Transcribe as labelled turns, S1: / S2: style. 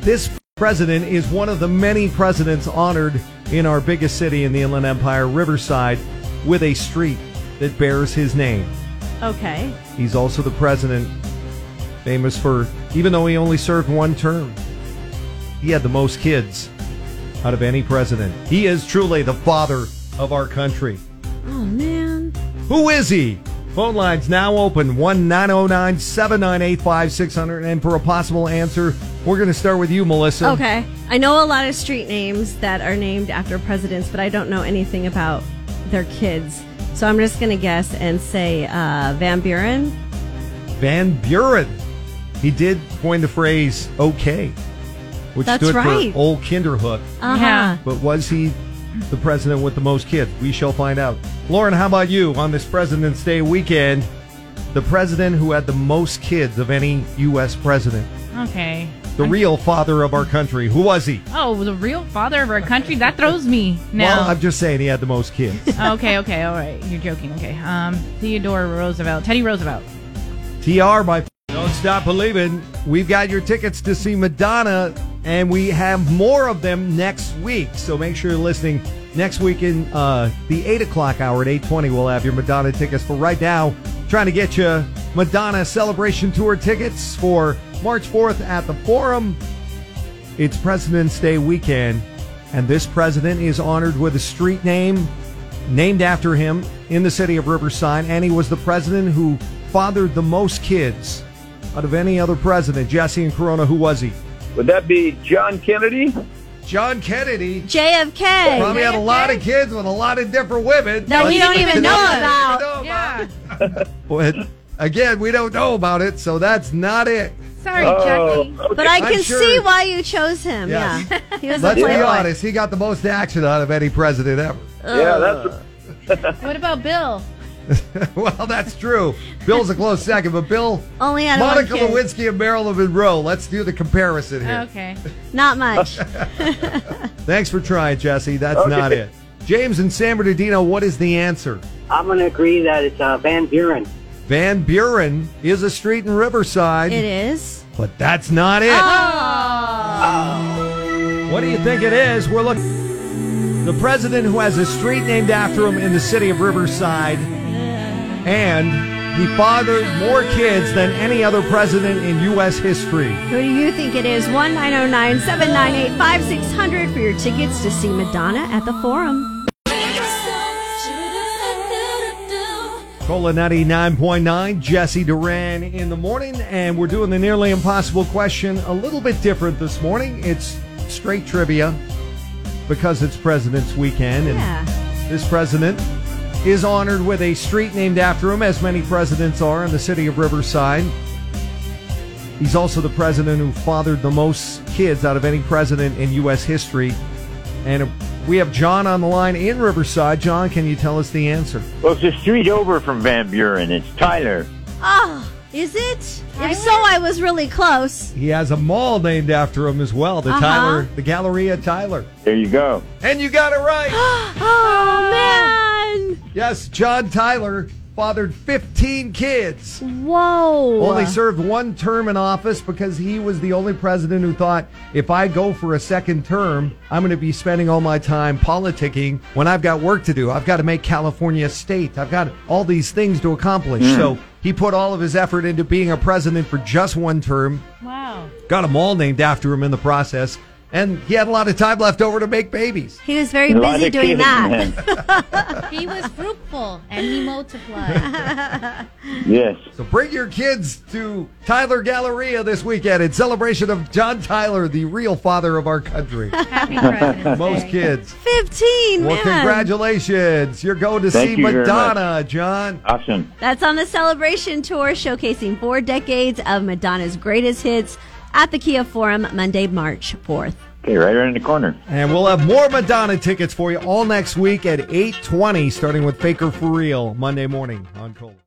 S1: This president is one of the many presidents honored in our biggest city in the Inland Empire, Riverside, with a street that bears his name.
S2: Okay.
S1: He's also the president, famous for, even though he only served one term, he had the most kids out of any president. He is truly the father of our country.
S2: Oh man.
S1: Who is he? Phone lines now open oh 1 909 798 5600. And for a possible answer, we're going to start with you, Melissa.
S2: Okay. I know a lot of street names that are named after presidents, but I don't know anything about their kids. So I'm just going to guess and say uh, Van Buren.
S1: Van Buren. He did coin the phrase okay, which
S2: That's
S1: stood
S2: right.
S1: for old kinderhook.
S2: Uh-huh.
S3: Yeah.
S1: But was he the president with the most kids? We shall find out. Lauren, how about you on this President's Day weekend? The president who had the most kids of any U.S. president,
S3: Okay.
S1: the real father of our country. Who was he?
S3: Oh, the real father of our country? That throws me now.
S1: Well, I'm just saying he had the most kids.
S3: okay, okay, all right. You're joking. Okay. Um, Theodore Roosevelt, Teddy Roosevelt.
S1: TR by Don't Stop Believing. We've got your tickets to see Madonna, and we have more of them next week. So make sure you're listening next week in uh, the 8 o'clock hour at 8.20. We'll have your Madonna tickets for right now. Trying to get you Madonna Celebration Tour tickets for March 4th at the Forum. It's President's Day weekend, and this president is honored with a street name named after him in the city of Riverside. And he was the president who fathered the most kids out of any other president. Jesse and Corona, who was he?
S4: Would that be John Kennedy?
S1: John Kennedy.
S2: JFK.
S1: Probably had a lot of kids with a lot of different women
S2: That we don't even know about.
S3: Yeah.
S1: But again, we don't know about it, so that's not it.
S3: Sorry,
S1: Oh.
S5: Oh,
S3: Jackie.
S4: okay.
S2: But I
S1: I'm
S2: can
S1: sure-
S2: see why you chose him.
S1: Yes.
S2: Yeah. He was a
S1: Let's be
S2: playboy.
S1: honest, he got the most action out of any president ever.
S4: yeah, that's
S3: What about Bill?
S1: well, that's true. Bill's a close second, but Bill,
S2: Only had one
S1: Monica
S2: kid.
S1: Lewinsky and Marilyn Monroe. Let's do the comparison here.
S3: Okay.
S2: Not much.
S1: Thanks for trying, Jesse. That's
S4: Okay.
S1: not it. James and San Bernardino, what is the answer?
S6: I'm going to agree that it's uh, Van Buren.
S1: Van Buren is a street in Riverside,
S2: it is. Ah.
S1: but that's not it. What do you think it is? We're looking. The president who has a street named after him in the city of Riverside, and he fathered more kids than any other president in U.S. history.
S2: Who do you think it is? oh 1 909 798 5600 for your tickets to see Madonna at the Forum.
S1: Cola 99.9, Jesse Duran in the morning, and we're doing the nearly impossible question a little bit different this morning. It's straight trivia because it's President's Weekend, and
S2: Yeah.
S1: this president is honored with a street named after him, as many presidents are in the city of Riverside. He's also the president who fathered the most kids out of any president in U.S. history. And we have John on the line in Riverside. John, can you tell us the answer?
S5: Well, it's a street over from Van Buren. It's Tyler.
S2: Oh, is it? If so, I was really close.
S1: He has a mall named after him as well, the
S2: Uh-huh.
S1: Tyler, the Galleria Tyler.
S5: There you go.
S1: And you got it right.
S2: Oh,
S1: yes, John Tyler fathered 15 kids.
S2: man. Whoa.
S1: Only served one term in office because he was the only president who thought if I go for a second term, I'm going to be spending all my time politicking when I've got work to do. I've got to make California a state. I've got all these things to accomplish. So he put all of his effort into being a president for just one term.
S3: Wow.
S1: got them all named after him in the process, and he had a lot of time left over to make babies.
S2: He was very
S5: A lot
S2: busy
S5: of
S2: doing
S5: kids,
S2: that.
S5: man.
S7: He was fruitful and he multiplied.
S5: yes.
S1: So bring your kids to Tyler Galleria this weekend in celebration of John Tyler, the real father of our country.
S3: Happy President's
S1: Most
S3: Day.
S1: kids.
S2: 15,
S1: Well,
S2: man.
S1: congratulations. You're going to
S5: Thank
S1: see
S5: you very
S1: Madonna, John.
S5: Awesome.
S2: That's on the celebration tour showcasing four decades of Madonna's greatest hits at the Kia Forum Monday, March 4th.
S5: Okay, right around the corner.
S1: And we'll have more Madonna tickets for you all next week at 8.20, starting with Faker for Real, Monday morning on Cola.